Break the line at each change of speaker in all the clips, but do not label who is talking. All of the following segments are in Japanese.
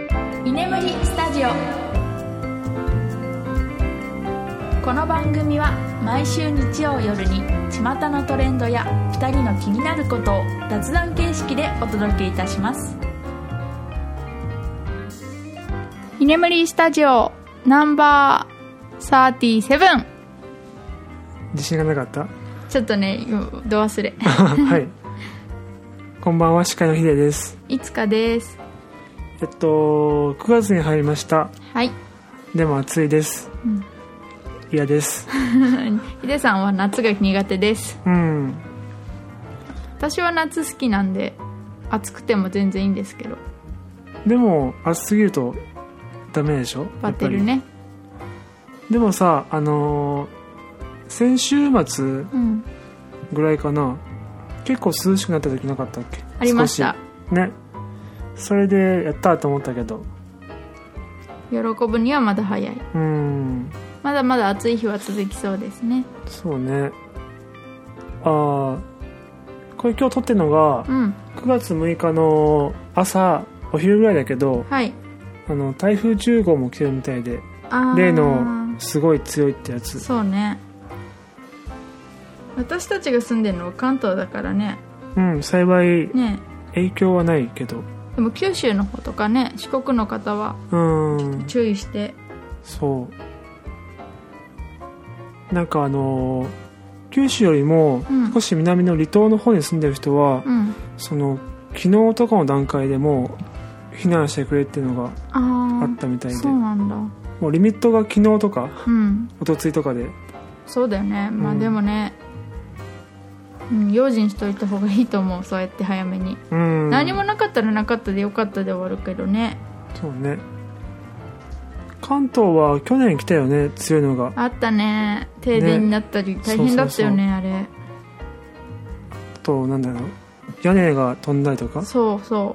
眠りスタジオこの番組は毎週日曜夜に巷のトレンドや2人の気になることを雑談形式でお届けいたします居眠りスタジオナンバー37
自信がなかった
ちょっとねうんど忘れ
はいこんばんは司会のヒデです
いつかです
えっと9月に入りました
はい
でも暑いです
ん
嫌、です
ヒデさんは夏が苦手です
うん
私は夏好きなんで暑くても全然いいんですけど
でも暑すぎるとダメでしょ
バテる
やっ
ね
ぱりでもさあのー先週末
うん
ぐらいかな結構涼しくなった時なかったっけ
ありました
少しねそれでやったと思ったけど
喜ぶにはまだ早い
うん
まだまだ暑い日は続きそうですね
そうねああこれ今日撮ってるのが
うん
9月6日の朝お昼ぐらいだけど
はい
あの台風10号も来てるみたいで
あー
例のすごい強いってやつ
そうね私たちが住んでるのは関東だからね
うん幸い
ね
影響はないけど
でも九州の方とかね四国の方は
うん
注意して
そうなんかあのー九州よりも
うん
少し南の離島の方に住んでる人は、
うん
その昨日とかの段階でもう避難してくれっていうのがあ
あ
ったみた
あ
いで、
そうなんだ
もうリミットが昨日とか
うん
一昨日とかで
そうだよねまあ
うん
でもね、うん、用心しといた方がいいと思うそうやって早めに、
うん
何もなかったらなかったでよかったで終わるけどね
そうね関東は去年来たよね強いのが
あったね停電になったり、大変だったよね
あとなんだろう屋根が飛んだりと
あ
か
れそうそ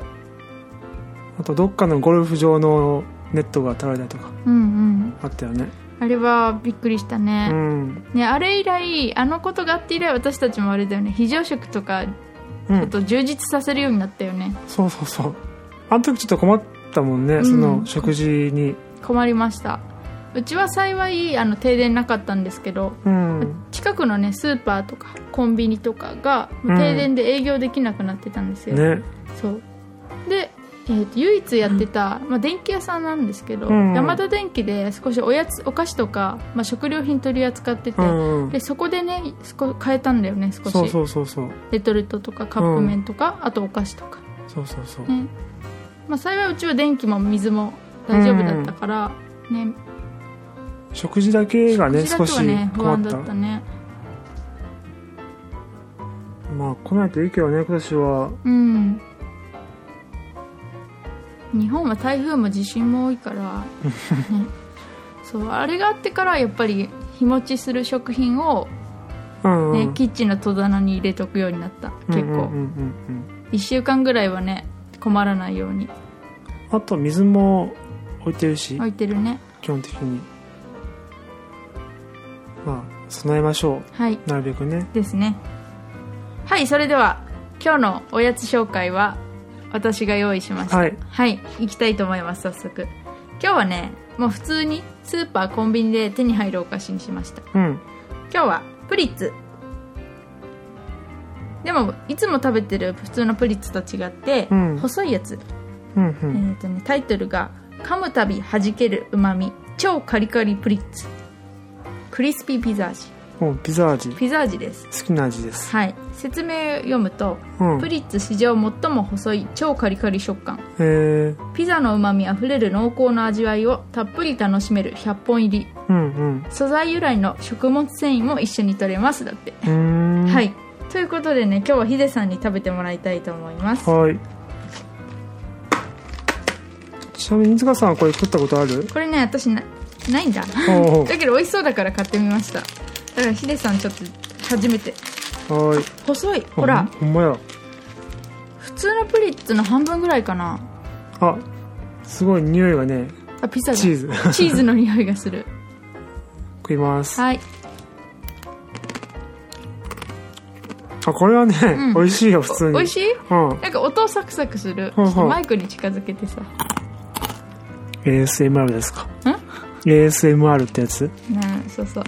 あとどっかのゴルフ場のネットが垂られたりとか
ううんうん
あったよね
あれはびっくりした
う
ね,、
ん
ねあれ以来あのことがあって以来私たちもあれだよね非常食とかち
う
ょっ
ん
と充実させるようになったよね、
そうそうそうあの時ちょっと困ったもんね、
うん
その食事に
困りましたうちは幸いあの停電なかったんですけど
うん
近くのねスーパーとかコンビニとかがもう停電で営業できなくなってたんですよ、
ね
そうで、えーと唯一やってた、まあ、電気屋さんなんですけど、
うん
ヤマト電機で少しおやつお菓子とか、まあ、食料品取り扱ってて、
うん
でそこでね少買えたんだよね少し
そうそうそうそう
レトルトとかカップ麺とか、あとお菓子とか
そうそうそう、
ね、まあ、幸いうちは電気も水も大丈夫だったから、ね
食事だけがね
こ
少
ちらと
し
はね不
困
安
っ
だ
た
ったね
まあ来ないといいけどね今年は
うん日本は台風も地震も多い から、ねそうあれがあってからやっぱり日持ちする食品を、
うん、う
ね
ん、
キッチンの戸棚に入れとくようになった結
うんうんうん
構、
うん
一1週間ぐらいはね困らないように
あと水も置いてるし、
置いてるね
基本的にまあ備えましょ
はいう
なるべくね
ですねはいそれでは今日のおやつ紹介は私が用意しました
はい
はい、行きたいと思います早速今日はねもう普通にスーパーコンビニで手に入るお菓子にしました
うん
今日はプリッツでもいつも食べてる普通のプリッツと違って、
うん
細いやつ、
うんう
え
ん
ーとね、タイトルが「噛むたびはじけるうまみ超カリカリプリッツ」クリスピーピザ味
もうピザ味好
ピザ味です
きな味です
はい説明を読むと、
うん
プリッツ史上最も細い超カリカリ食感
えー、
ピザのうまみあふれる濃厚な味わいをたっぷり楽しめる100本入り
うん
素材由来の食物繊維も一緒に取れますだって
うんうーん
はい。ということでね、今日はヒデさんに食べてもらいたいと思います。
はいちなみに水川さんはこれ食ったこと ある
これね、私な、ないんだ。
おう
だけど美味しそうだから買ってみました。だからヒデさんちょっと初めて。
おうはい
細い。
あ
ほら、
ほんまや
普通のプリッツの半分ぐらいかな。
あすごい匂いがね
あ、ピザだ。
チ ーズ
チーズの匂いがする。
食いますあ
はい。
これはね、
ん
美味しいよ普通に
美味しい
うん
なんか音をサクサクする。
ほうほう
ちょっとマイクに近づけてさ。
ASMR ですか ASMR ってやつ
うんそう そう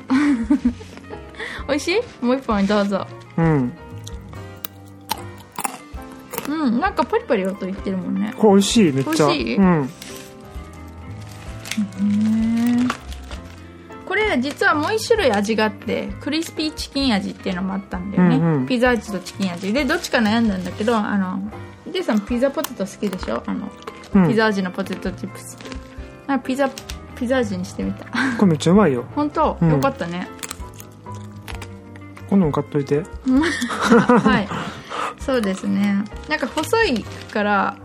美味しいもう一本どうぞ
うん
うんなんかパリパリ音言ってるもんね
これ美味しいめっちゃ
美味しい
うん
これ実はもう一種類味があってクリスピーチキン味っていうのもあったんだよね、
うんうん
ピザ味とチキン味でどっちか悩んだんだけどあのデイさんピザポテト好きでしょあの、
うん
ピザ味のポテトチップスあピザピザ味にしてみた
これめっちゃうまいよ
本当、
うん
よかったね
今度も買っといて
はいそうですねなんか細いから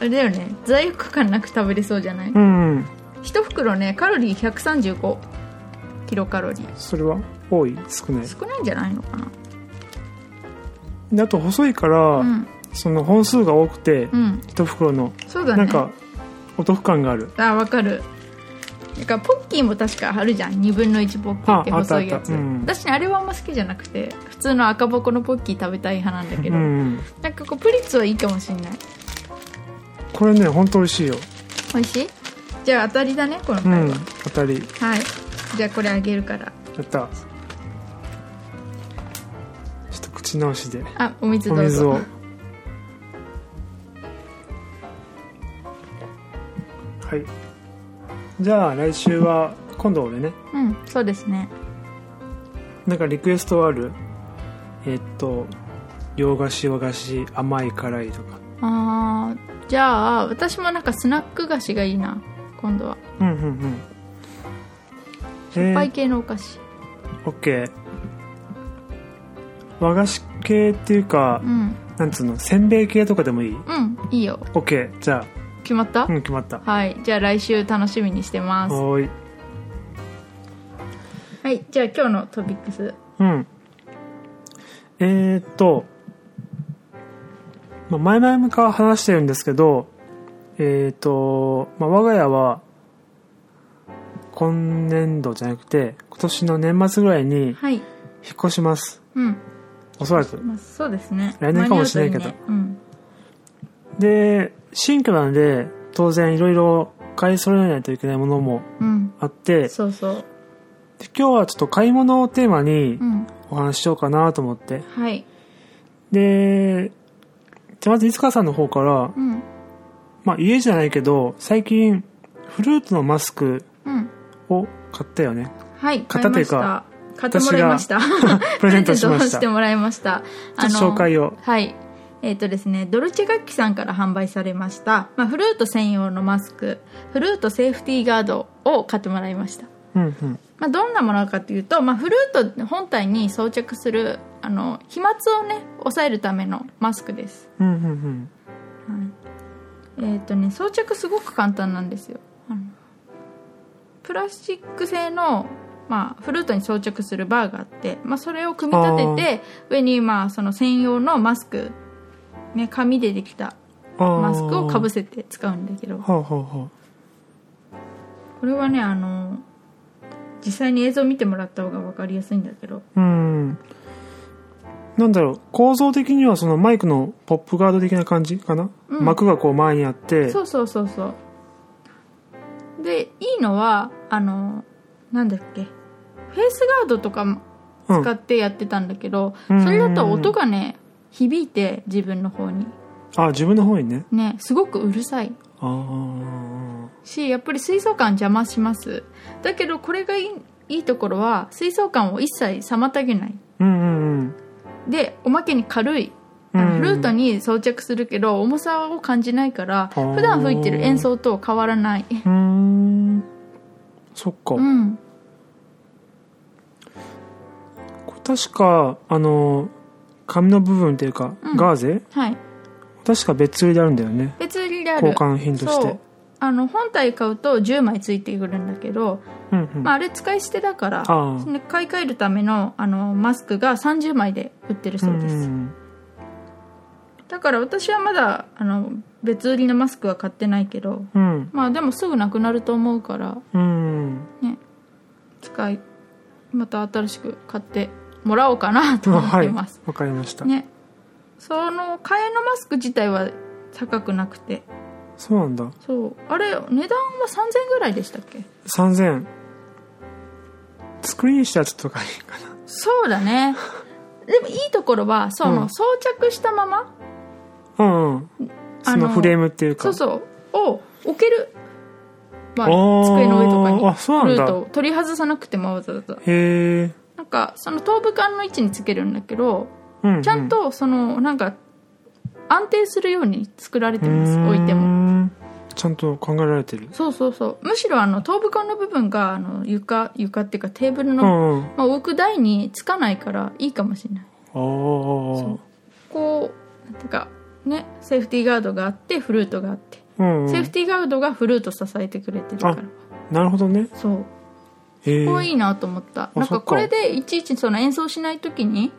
あれだよね罪悪感なく食べれそうじゃない、
うんうん
一袋ねカロリー135キロカロリー
それは多い少ない
少ないんじゃないのかな
であと細いから、
うん
その本数が多くて、
うん
一袋の
そうだね
なんかお得感がある
あわかるなんかポッキーも確かあるじゃん2分の1ポッキーって
ああった
細いやつ、
あったうん
私ねあれはあんま好きじゃなくて普通の赤箱のポッキー食べたい派なんだけ
う
ど、
ん
なんかこうプリッツはいいかもしんない
これね本当美味しいよ
美味しいじゃあ当たりだねこの
う
回は、
ん当たり
はいじゃあこれあげるから
やったちょっと口直しで
あお水
お
どう
水
ぞ
をはいじゃあ来週は今度俺ね
うんそうですね
なんかリクエストはあるえっと洋菓子和菓子甘い辛いとか
あーじゃあ私もなんかスナック菓子がいいな今度は
うんうんうん
しょっぱい系のお菓子、
オッケー和菓子系っていうか、
うん
なんつうのせんべい系とかでもいい
うんいいよ
オッケーじゃ
決まった、
あうん決まった
はいじゃあ来週楽しみにしてます
はーい
はい、じゃあ今日のトピックス。
うんえー、っと、まあ、前々から話してるんですけどえー、っと、まあ、我が家は今年度じゃなくて今年の年末ぐらいに引っ
はい。
越します
うん。
おそらく
まあ、そうですね。
来年かもしれないけど
間に合うといいね
で新居なので当然いろいろ買い揃えないといけないものも
うん。
あっ
うん。
て
そうそう。
で今日はちょっと買い物をテーマに
うん。
お話ししようかなと思って
はい。
でじゃあまずいつかさんの方から、
うん。
まあ、家じゃないけど最近フルーツのマスク
うん。
を買った よね
はい。
買ったというか
買いました。買ってもらいました。
プレゼントしま
プレゼントを
した
してもらいました。
ちょっと紹介を
はい。えっ、とですね、ドルチェ楽器さんから販売されました、まあ、フルート専用のマスク、フルートセーフティーガードを買ってもらいました。
うんうん
まあ、どんなものかというと、まあ、フルート本体に装着するあの飛沫をね抑えるためのマスクです、
うんうんうん
えっ、とね装着すごく簡単なんですよあのプラスチック製の、まあ、フルートに装着するバーがあって、まあ、それを組み立てて上に、まあ、その専用のマスク、ね、紙でできた
あー
マスクをかぶせて使うんだけど
はあはあは
これはねあの実際に映像見てもらった方が分かりやすいんだけど
あうんなんだろう構造的にはそのマイクのポップガード的な感じかな、
うん
膜がこう前にあって
そうそうそうそうでいいのはあのなんだっけフェイスガードとかも
うん
使ってやってたんだけど、
うん
それだと音がね響いて自分の方に
あ自分の方にね
ねすごくうるさい
ああ
しやっぱり水槽感邪魔しますだけどこれがいいいいところは水槽感を一切妨げない
うんうんうん
でおまけに軽いあ
う
の
ん
フルートに装着するけど重さを感じないから
あー
普段吹いてる演奏と変わらないう
ーんそっか、
うん
これ確かあの紙の部分っていうか、
うん
ガーゼ
はい
確か別売りであるんだよね
別売りである
交換品とし
そ
て
うあの本体買うと10枚ついてくるんだけど、
うんうん、
まあ、あれ使い捨てだから
ああ
その買い替えるためのあのマスクが30枚で売ってるそうです、
ん
だから私はまだあの別売りのマスクは買ってないけど
うん
まあでもすぐなくなると思うから
うん
ね使いまた新しく買ってもらおうかなと
あ
思っ
は
て
いわ
ます、
かりました、
ねその替えのマスク自体は高くなくて
そうなんだ
そうあれ値段は3000円ぐらいでしたっけ
3000スクリーンしたやつとかいいかな
そうだね でもいいところはその、
うん
装着したまま
うんうんそのフレームっていうか
そうそうを置ける、まあ、
あー
机の上とかに
あそうなん
ル
だ
ートを取り外さなくてもわざわざ
へえ
なんかその頭部管の位置につけるんだけど
うんうん
ちゃんとそのなんか安定するように作られて
うー
ます
ん
置いても
ちゃんと考えられてる
そうそうそうむしろあの頭部管の部分があの床床っていうかテーブル
う
の、
んうんあ
まあ、置く台につかないからいいかもしれない
あー
こうなんていうかねセーフティーガードがあってフルートがあって、
うんう
セーフ
ん
ティーガードがフルート支えてくれてるから
なるほどね
そう
へえ
これいいなと思った、
あ
なん
そっ
か
か
これでいちいちその演奏しない時に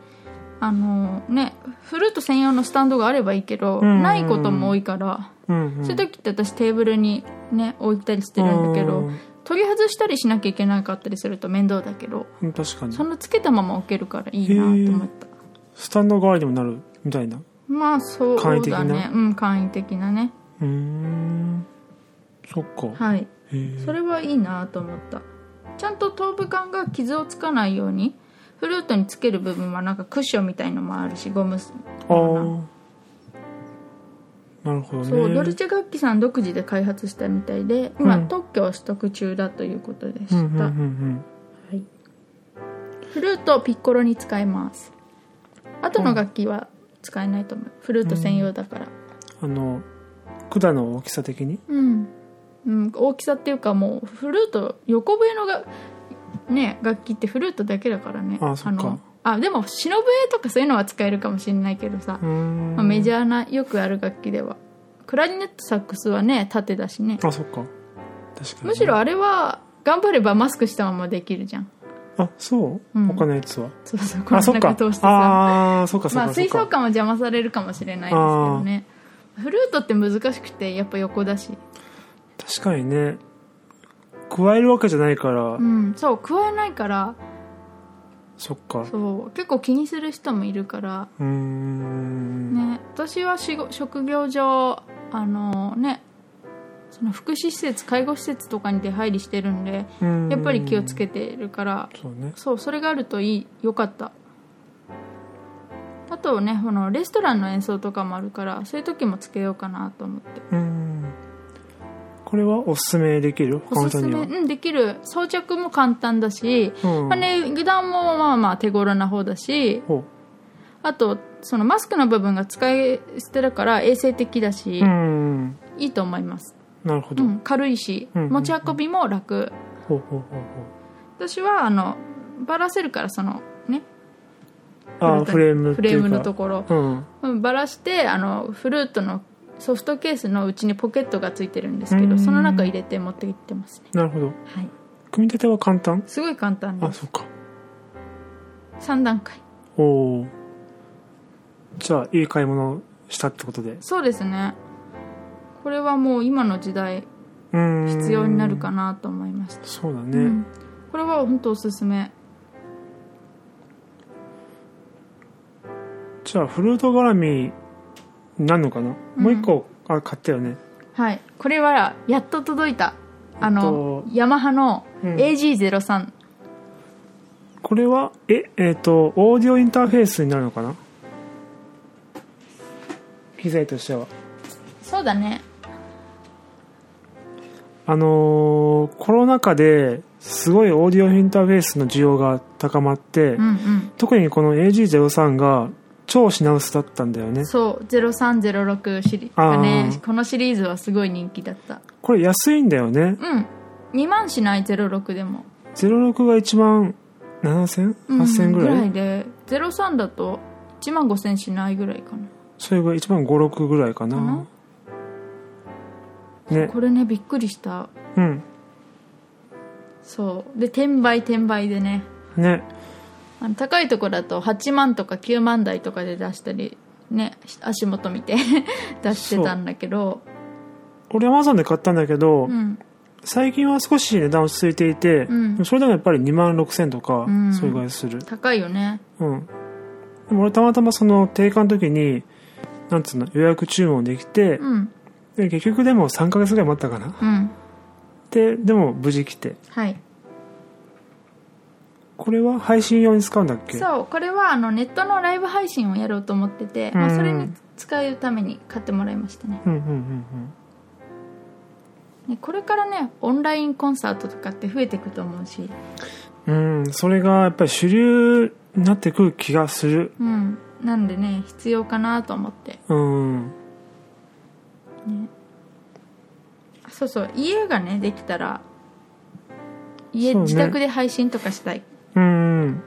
あのねフルート専用のスタンドがあればいいけど、
うんうんうん
ないことも多いから、
うんうん
そういう時って私テーブルにね置いたりしてるんだけど、
うん
取り外したりしなきゃいけなかったりすると面倒だけど
うん確かに
そんなつけたまま置けるからいいなと思った
スタンド代わりにもなるみたいな
まあそう
簡易的
だね
な
うん簡易的なね
うーんそっか、
はい
へえ
それはいいなと思ったちゃんと頭部管が傷をつかないようにフルートにつける部分はなんかクッションみたいのもあるしゴム
ああなるほどね
そうドルチェ楽器さん独自で開発したみたいで今、
うん
特許を取得中だということでし
う
た、
んうんうんうん
はい、フルートピッコロに使えます後の楽器は使えないと思うフルート専用だから
あの管の大きさ的に
うん、うん、大きさっていうかもうフルート横笛のがね楽器ってフルートだけだからね
あそっか
のあでも篠笛とかそういうのは使えるかもしれないけどさ、
うーん
まあ、メジャーなよくある楽器ではクラリネットサックスはね縦だしね
あそっか確かに
むしろあれは頑張ればマスクしたままできるじゃん
あそう、
うん
他のやつは
そうそうこ
あ
の
そっか
中通してさ
ああそっかそっかそっか、
まあ吹奏感は邪魔されるかもしれないですけどねフルートって難しくてやっぱ横だし
確かにね加えるわけじゃないから、
うんそう加えないから
そっかう
そう結構気にする人もいるから
ーん
ね私は仕事職業上あのねその福祉施設介護施設とかに出入りしてるんで
うーん
やっぱり気をつけてるから
そうね
そうそれがあるといいよかったあとねこのレストランの演奏とかもあるからそういう時もつけようかなと思って
うーんこれはおすすめできる
お
簡
すす
単に
め、
は
うん、できる装着も簡単だし、
うん
まあね、値段もまあまあ手頃な方だし
ほ
あとそのマスクの部分が使い捨てだから衛生的だ
う
し、
うーん
いいと思います、
なるほ
う
ど、
ん、軽いし、
うんうんうん
持ち運びも楽
ほうほうほうほう
私はあのバラせるからそのね
あーフレームっ
フ
てい
レ
う
ー
か
ムのところ、
うん
うんバラしてあのフルートのソフトケースのうちにポケットがついてるんですけ
う
ど
ん
その中入れて持って行ってますね、
なるほど
はい、
組み立ては簡単
すごい簡単で
あ
す
そっか
3段階
おおじゃあいい買い物をしたってことで
そうですねこれはもう今の時代
うーん
必要になるかなと思いました、
そうだね、
うんこれは本当おすすめ
じゃあフルート絡みになるのかな、
うん
もう一個あ買ったよね
はいこれはやっと届いたあの、
えっ
ヤマハの
うん
AG03、
これはええっ、とオーディオインターフェースになるのかな機材としては
そうだね
あのーコロナ禍ですごいオーディオインターフェースの需要が高まって、
うんうん
特にこの AG03 が超品薄だったんだよね
そう0306シリーズが
あ
ね
ー
このシリーズはすごい人気だった
これ安いんだよね
うん2万しない06でも、
06が1万7000、
うん、
8000ぐらい
で03だと1万5000しないぐらいかな
それが1万56ぐらいかな、
かな
ね
これねびっくりした
うん
そうで転売転売でね
ね
あの高いとこだと8万とか9万台とかで出したりね足元見て 出してたんだけど
俺 Amazon で買ったんだけ
う
ど、
ん
最近は少し値段落ち着いていて、
うん
それでもやっぱり2万6000とか、
うん
それぐらいする
高いよね
うんでも俺たまたまその定価の時になんつうの予約注文できて、
うん
で結局でも3ヶ月ぐらい待ったかな
うん
ででも無事来て
はい
これは配信用に使うんだっけ
そうこれはあのネットのライブ配信をやろうと思ってて、まあ、それに使うために買ってもらいましたね
うんうんうんうん
ねこれからねオンラインコンサートとかって増えていくと思うし
うん、それがやっぱり主流になってくる気がする。
うんなんでね必要かなと思って
うん。
そうそう家がねできたら家、
そうね
自宅で配信とかしたい
うん。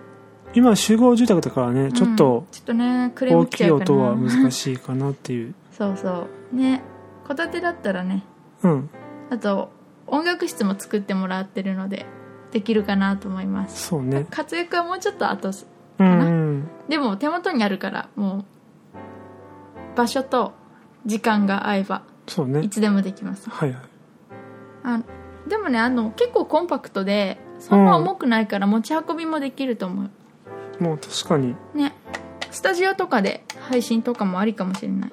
今集合住宅だからね、ちょっ
うん
と
ちょっとねクレーム
大
来
き
ちゃ
いう
かな
音は難しいかなっていう。
そうそうね戸建てだったらね
うん。
あと音楽室も作ってもらってるのでできるかなと思います
そうね。
活躍はもうちょっと後す
うんうん。
でも手元にあるからもう場所と時間が合えば
そう
い
ね。
つでもできます
はいはい。
あでもねあの結構コンパクトでそんな重くないから持ち運びもできると思
もう確かに、
うねスタジオとかで配信とかもありかもしれない、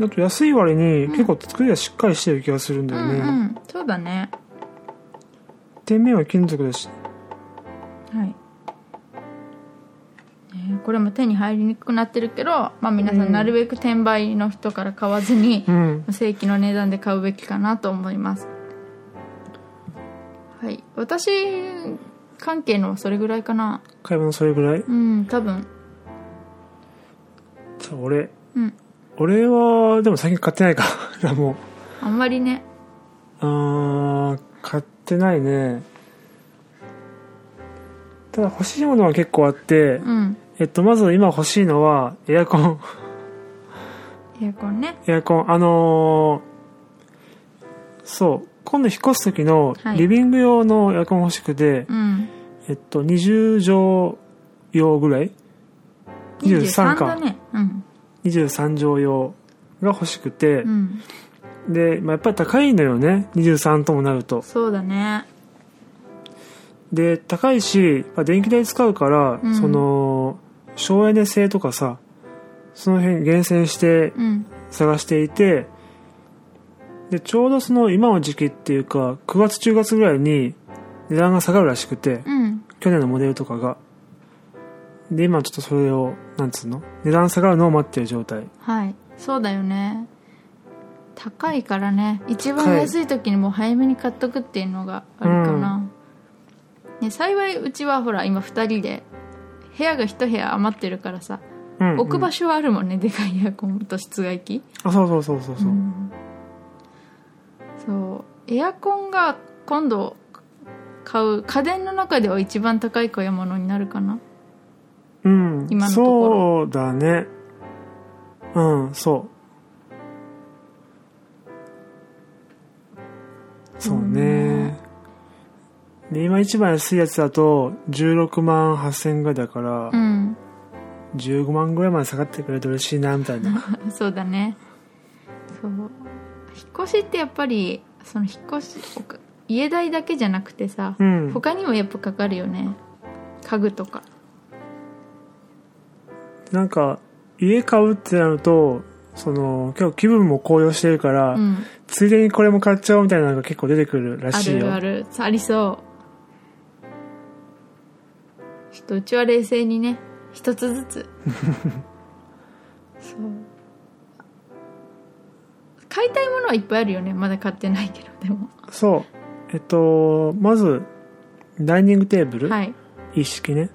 だと安い割に結構作りがしっかりしてる気がするん
う
だよね。
んうんそうだね
天面は金属だし。
はい、ねこれも手に入りにくくなってるけど、まあ、皆さ
うん
んなるべく転売の人から買わずに
う、ん。
正規の値段で買うべきかなと思いますはい私関係のはそれぐらいかな
買い物それぐらい
うん多分
じゃあ俺、
うん
俺は、でも最近買ってないか。 らもう。
あんまりね
あー買ってないねただ欲しいものは結構あって、
うん
えっとまず今欲しいのはエアコン
エアコンね
エアコンあのーそう今度引っ越す時の
はい
リビング用のエアコン欲しくて、
うん
えっと20畳用ぐらい23
23
か
だねうん
23畳用が欲しくて
う、ん
で、まあ、やっぱり高いのよね23ともなると
そうだね
で高いしまあ電気代使うから、
うん
その省エネ性とかさその辺厳選して
うん
探していてでちょうどその今の時期っていうか9月10月ぐらいに値段が下がるらしくて、
うん
去年のモデルとかがで今ちょっとそれをなんつうの値段下がるのを待ってる状態
はいそうだよね高いからね一
高
番
い
安い時にもう早めに買っとくっていうのがあるかな、ね、幸いうちはほら今2人で部屋が1部屋余ってるからさ、
うんうん
置く場所はあるもんねでかいエアコンと室外機
あそうそうそうそうそう、
うんそうエアコンが今度買う家電の中では一番高い買い物になるかな
うん、
今のとこ
そうだねうんそうそうね、で今一番安いやつだと16万8000円ぐらいだから、
うん
15万ぐらいまで下がってくれて嬉しいなみた いな
そうだねそう引っ越しってやっぱりその引っ越しおか家代だけじゃなくてさ、
うん
他にもやっぱかかるよね家具とか
なんか家買うってなるとその今日気分も高揚してるから、
うん
ついでにこれも買っちゃおうみたいなのが結構出てくるら
あ
しいよ
るあるありそうちょっとうちは冷静にね一つず つそう買いたいものはいっぱいあるよねまだ買ってないけどでも
そうえっとまずダイニングテーブル、
はい
一式ね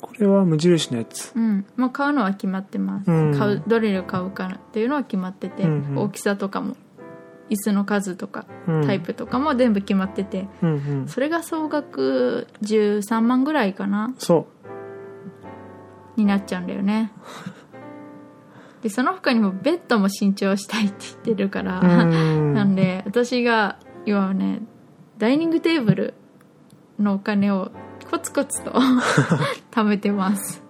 これは無印のやつ
うん、もう買うのは決まってます、
うん
買うどれを買うかっていうのは決まってて、
うんうん
大きさとかも椅子の数とか
うん
タイプとかも全部決まってて、
うんうん
それが総額13万ぐらいかな
そ
になっちゃうんだよ ねでその他にもベッドも新調したいって言ってるから、
うう
なんんで私が今はねダイニングテーブルのお金をコツコツ と貯めてます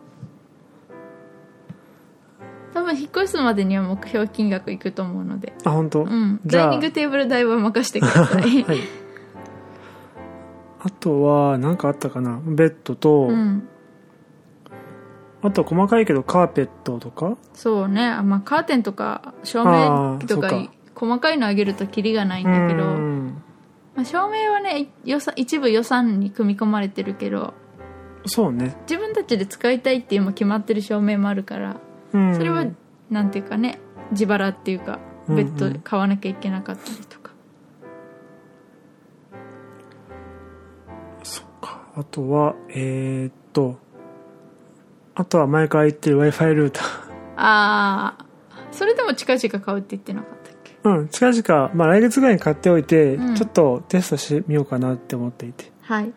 多分引っ越すまでには目標金額いくと思うので
あ本当、
うん
じ
ダイ
ゃあ
ニングテーブル代は任せてくださ い
はいあとは何かあったかなベッドと、
うん
あとは細かいけどカーペットとか
そうね、あまあ、カーテンとか照明と
あー
か
そうか
細かいのあげるとキリがないん
う
だけど、
ん
まあ、照明はね予算一部予算に組み込まれてるけど
そうね
自分たちで使いたいっていうも決まってる照明もあるから
うん
それはなんていうかね自腹っていうか
うんうん
別途買わなきゃいけなかったりとか、
そっかあとはえー、っとあとは前から言ってる w i f i ルータ
ああそれでも近々買うって言ってなかったっけ
ーうん近々、まあ、来月ぐらいに買っておいて、
うん
ちょっとテストしてみようかなって思っていて
はい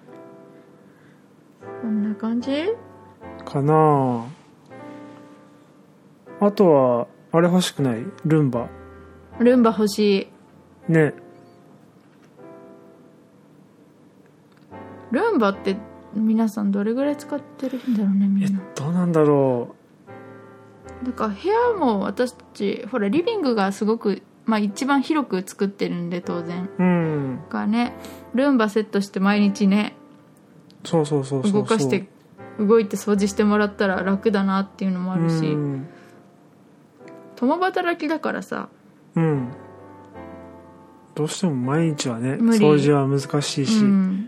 こんな感じ
かなああとはあれ欲しくないルンバ
ルンバ欲しい
ね
ルンバって皆さんどれぐらい使ってるんだろうねみ
え
んな
どうなんだろ
なんか部屋も私たちほらリビングがすごく、まあ、一番広く作ってるんで当然
ううん
がねルンバセットして毎日ね
そうそうそうそうそ
動
う
かして動いて掃除してもらったら楽だなっていうのもあるし、
うん
共働きだからさ
うんどうしても毎日はね
無理
掃除は難しいし、
うん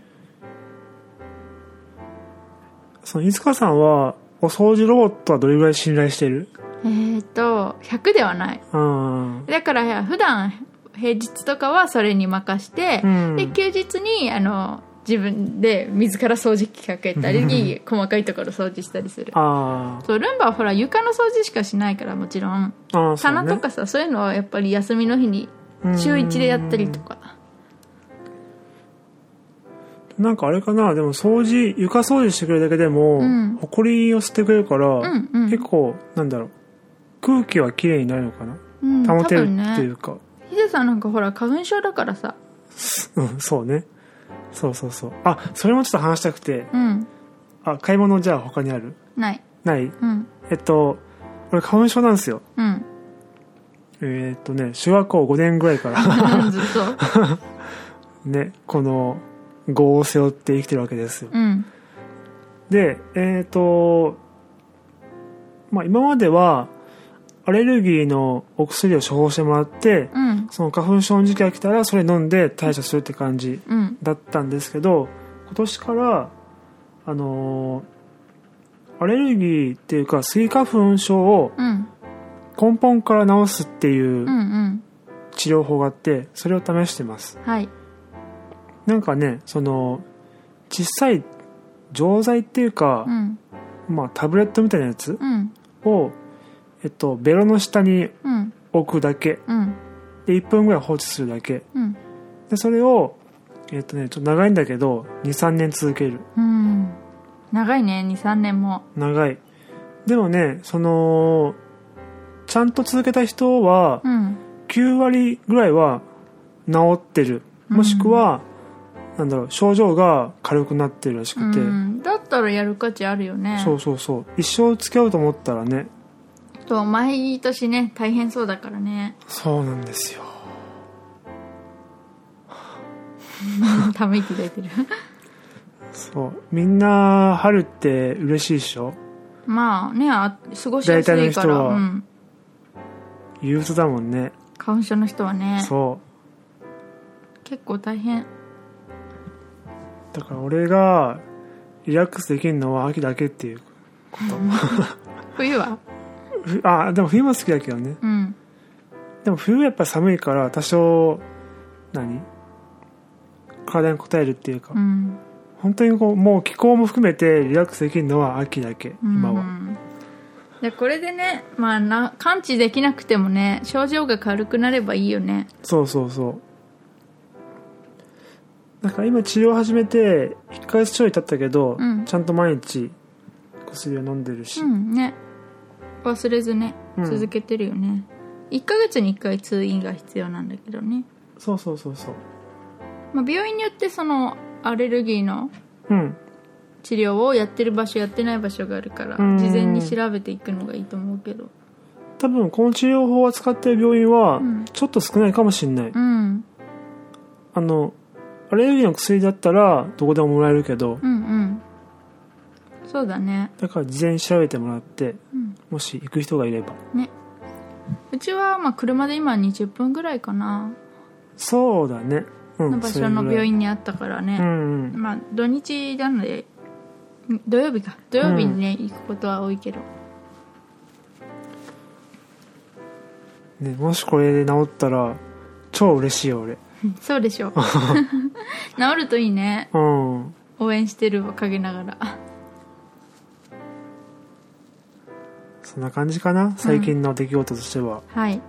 そのいつかさんはお掃除ロボットはどれぐらい信頼してる
えっ、と100ではない
うん
だから普段平日とかはそれに任して、
うん
で休日にあの自分で自ら掃除機かけたり細かいところ掃除したりする
あ
そうルンバはほら床の掃除しかしないからもちろん
ーあーそうね
棚とかさそう,、いうのはやっぱり休みの日に週1でやったりとか
なんかあれかなでも掃除床掃除してくれるだけでも、
うん
ほこりを捨ててくれるから、
うんうん
結構なんだろう空気はきれいになるのかな
うん
保
多
てる
分
ってい
ね
うか、
ヒデさんなんかほら花粉症だからさ
うんそうねそうそうそうあそれもちょっと話したくて
うん
あ買い物じゃあ他にある
ない
ない
うん
えっと俺花粉症なんですよ
うん
えーっとね小学校5年ぐらいから
ずっと
ねこの業を背負って生きてるわけですよ
うん
でえーっとまあ今まではアレルギーのお薬を処方してもらって
うん
その花粉症の時期が来たらそれ飲んで対処するって感じ
うん
だったんですけど今年からあのーアレルギーっていうかスギ花粉症を
うん
根本から治すっていう
うんうん
治療法があってそれを試してます
はい
なんかねその小さい錠剤っていうか
う、ん
まあ、タブレットみたいなやつ
うん
を、えっと、ベロの下に
うん
置くだけ
うん
で1分ぐらい放置するだけ
うん
でそれをえっとねちょっと長いんだけど23年続ける
うん長いね23年も
長いでもねそのちゃんと続けた人は
うん
9割ぐらいは治ってるもしくは、なんだろう症状が軽くなってるらし
う
くて、
んだったらやる価値あるよね
そうそうそう一生付き合うと思ったらね
と毎年ね大変そうだからね
そうなんですよ
ため息出てる
そうみんな春って嬉しいでしょ
まあねあ過ごしやすい
大体の
か
人
ら、
は
うん、
憂鬱だもんね
花粉症の人はね
そう
結構大変
だから俺がリラックスできるのは秋だけっていう
冬は
ふあでも冬も好きだけどね
うん
でも冬はやっぱ寒いから多少何体に応えるっていうか、
うん
本当にこうもう気候も含めてリラックスできるのは秋だけ、今
う
は
んでこれでね、まあ、な完治できなくてもね症状が軽くなればいいよね
そうそうそうだから今治療始めて1ヶ月ちょい経ったけど、
うん
ちゃんと毎日薬を飲んでるし、
うんね忘れずね
うん
続けてるよね、1ヶ月に1回通院が必要なんだけどね、
そうそうそうそう
まあ、病院によってそのアレルギーの
うん
治療をやってる場所やってない場所があるから
うん
事前に調べていくのがいいと思うけど
多分この治療法を使ってる病院は
うん
ちょっと少ないかもしれない、
うん
あのアレルギーの薬だったらどこでももらえるけど、
うんうんそうだね
だから事前に調べてもらって
うん
もし行く人がいれば
ねうちはまあ車で今20分ぐらいかな
そうだねうん
の場所の
それぐら
病
い
院にあったからね、
うんうん
まあ土日なのでん土曜日か土曜日にね、行くことは多いけど
ね、もしこれで治ったら超嬉しいよ俺
そうでしょう治るといいね
うん
応援してるわ陰ながら
そんな感じかな最近の出来事としては
はい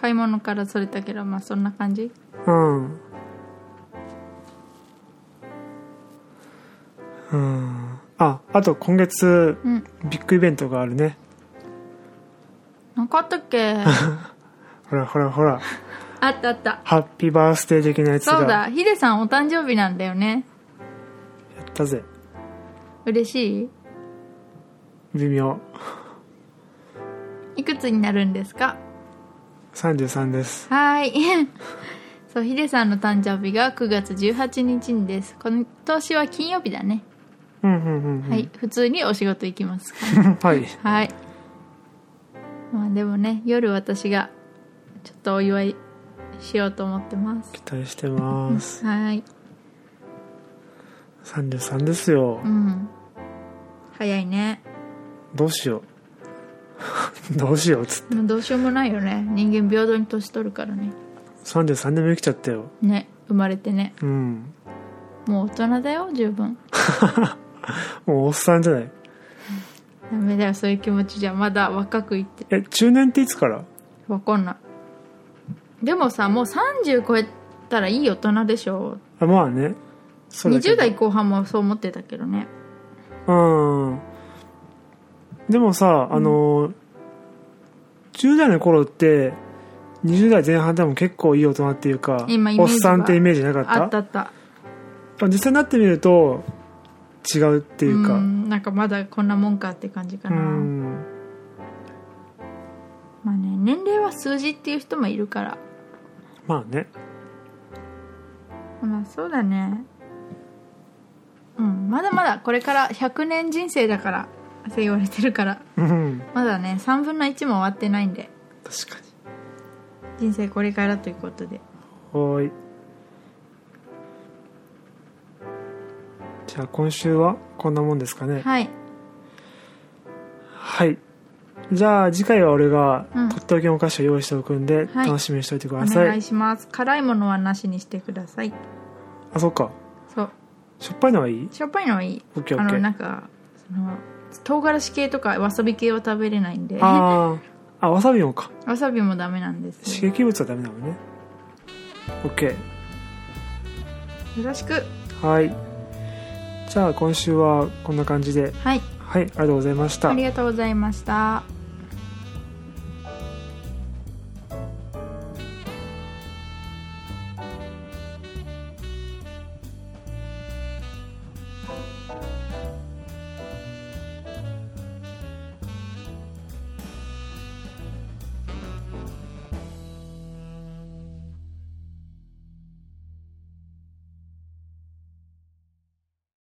買い物からそれたけどまあそんな感じ
うんうんああと今月
うん
ビッグイベントがあるね
なんかあったっけ
ほらほらほら
あったあった
ハッピーバースデー的なやつ
そう
が
だヒデさんお誕生日なんだよね
やったぜ
嬉しい
微妙
いくつになるんですか
33です
はーい そうヒデさんの誕生日が9月18日にです今年は金曜日だね、
うんうんうんうん
はい普通にお仕事行きますから
はい
はいまあでもね夜私がちょっとお祝いしようと思ってます
期待してます
はい
33ですよ
うん早いね
どうしよう どうしようっつって
もうどうしようもないよね人間平等に年取るからね
33年も生きちゃったよ
ね生まれてね
うん
もう大人だよ十分
もうおっさんじゃない
ダメだよそういう気持ちじゃまだ若くいって
え中年っていつから
わかんないでもさもう30超えたらいい大人でしょ
あまあねそうだけ
20
ど
代後半もそう思ってたけどね
うんでもさあの、10代の頃って20代前半でも結構いい大人っていうか
今イメー
おっ
ジが
さんってイメージなかった
あったあった
実際になってみると違うっていうか
んなんかまだこんなもんかって感じか
う
な、
ん
まあね年齢は数字っていう人もいるから
まあね
まあそうだねうんまだまだこれから100年人生だからって言われてるから
うん
まだね3分の1も終わってないんで
確かに
人生これからということで
はーいじゃあ今週はこんなもんですかね
はい
はいじゃあ次回は俺が
うん
とっておきのお菓子を用意しておくんで、
はい
楽しみにしておいてく
お
ださい、
願いします辛いものはなしにしてください
あそっか
そう
しょっぱいのはいい
しょっぱいのはいい
オッケーオ
あ
ッケ
の
ー
なんかその唐辛子系とかわさび系は食べれないんでわ
あーあわさびもか
さびもダメなんです
刺
よ
激物はダメなのね OK
ろしく
はいじゃあ今週はこんな感じで
はい
はいありがとうございました
ありがとうございました